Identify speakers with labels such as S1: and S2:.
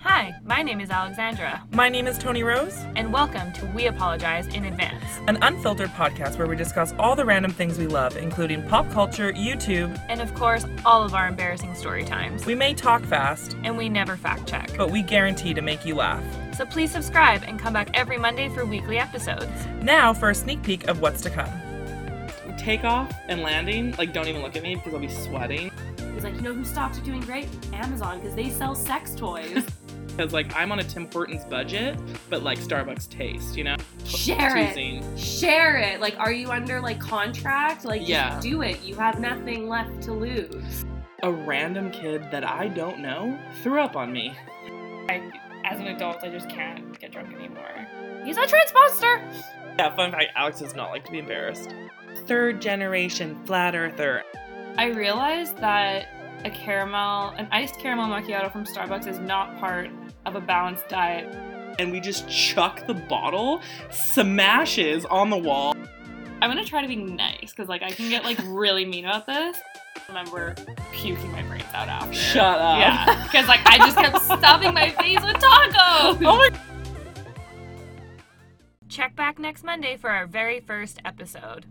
S1: Hi, my name is Alexandra,
S2: My name is Tony Rose,
S1: and welcome to We Apologize in Advance,
S2: an unfiltered podcast where we discuss all the random things we love, including pop culture, YouTube.
S1: and of course, all of our embarrassing story times.
S2: We may talk fast,
S1: And we never fact check.
S2: but we guarantee to make you laugh.
S1: So please subscribe and come back every Monday for weekly episodes.
S2: Now for a sneak peek of what's to come. Takeoff and landing, like, don't even look at me because I'll be sweating.
S3: He's like, you know who stopped doing great? Amazon, because they sell sex toys.
S2: Because, like, I'm on a Tim Hortons budget, but, like, Starbucks taste, you know?
S3: Share it. Share it. Like, are you under like contract? Like,
S2: Yeah.
S3: just do it. You have nothing left to lose.
S2: A random kid that I don't know threw up on me.
S1: As an adult, I just can't get drunk anymore. He's a transposter!
S2: Yeah, fun fact Alex does not like to be embarrassed. Third generation flat earther.
S1: I realized that a caramel, an iced caramel macchiato from Starbucks is not part of a balanced diet.
S2: And we just chuck the bottle, smashes on the wall.
S1: I'm gonna try to be nice because like I can get like really mean about this. I remember puking my brains out after.
S2: Shut up.
S1: Yeah, because like I just kept stuffing my face with tacos.
S2: Oh
S1: Check back next Monday for our very first episode.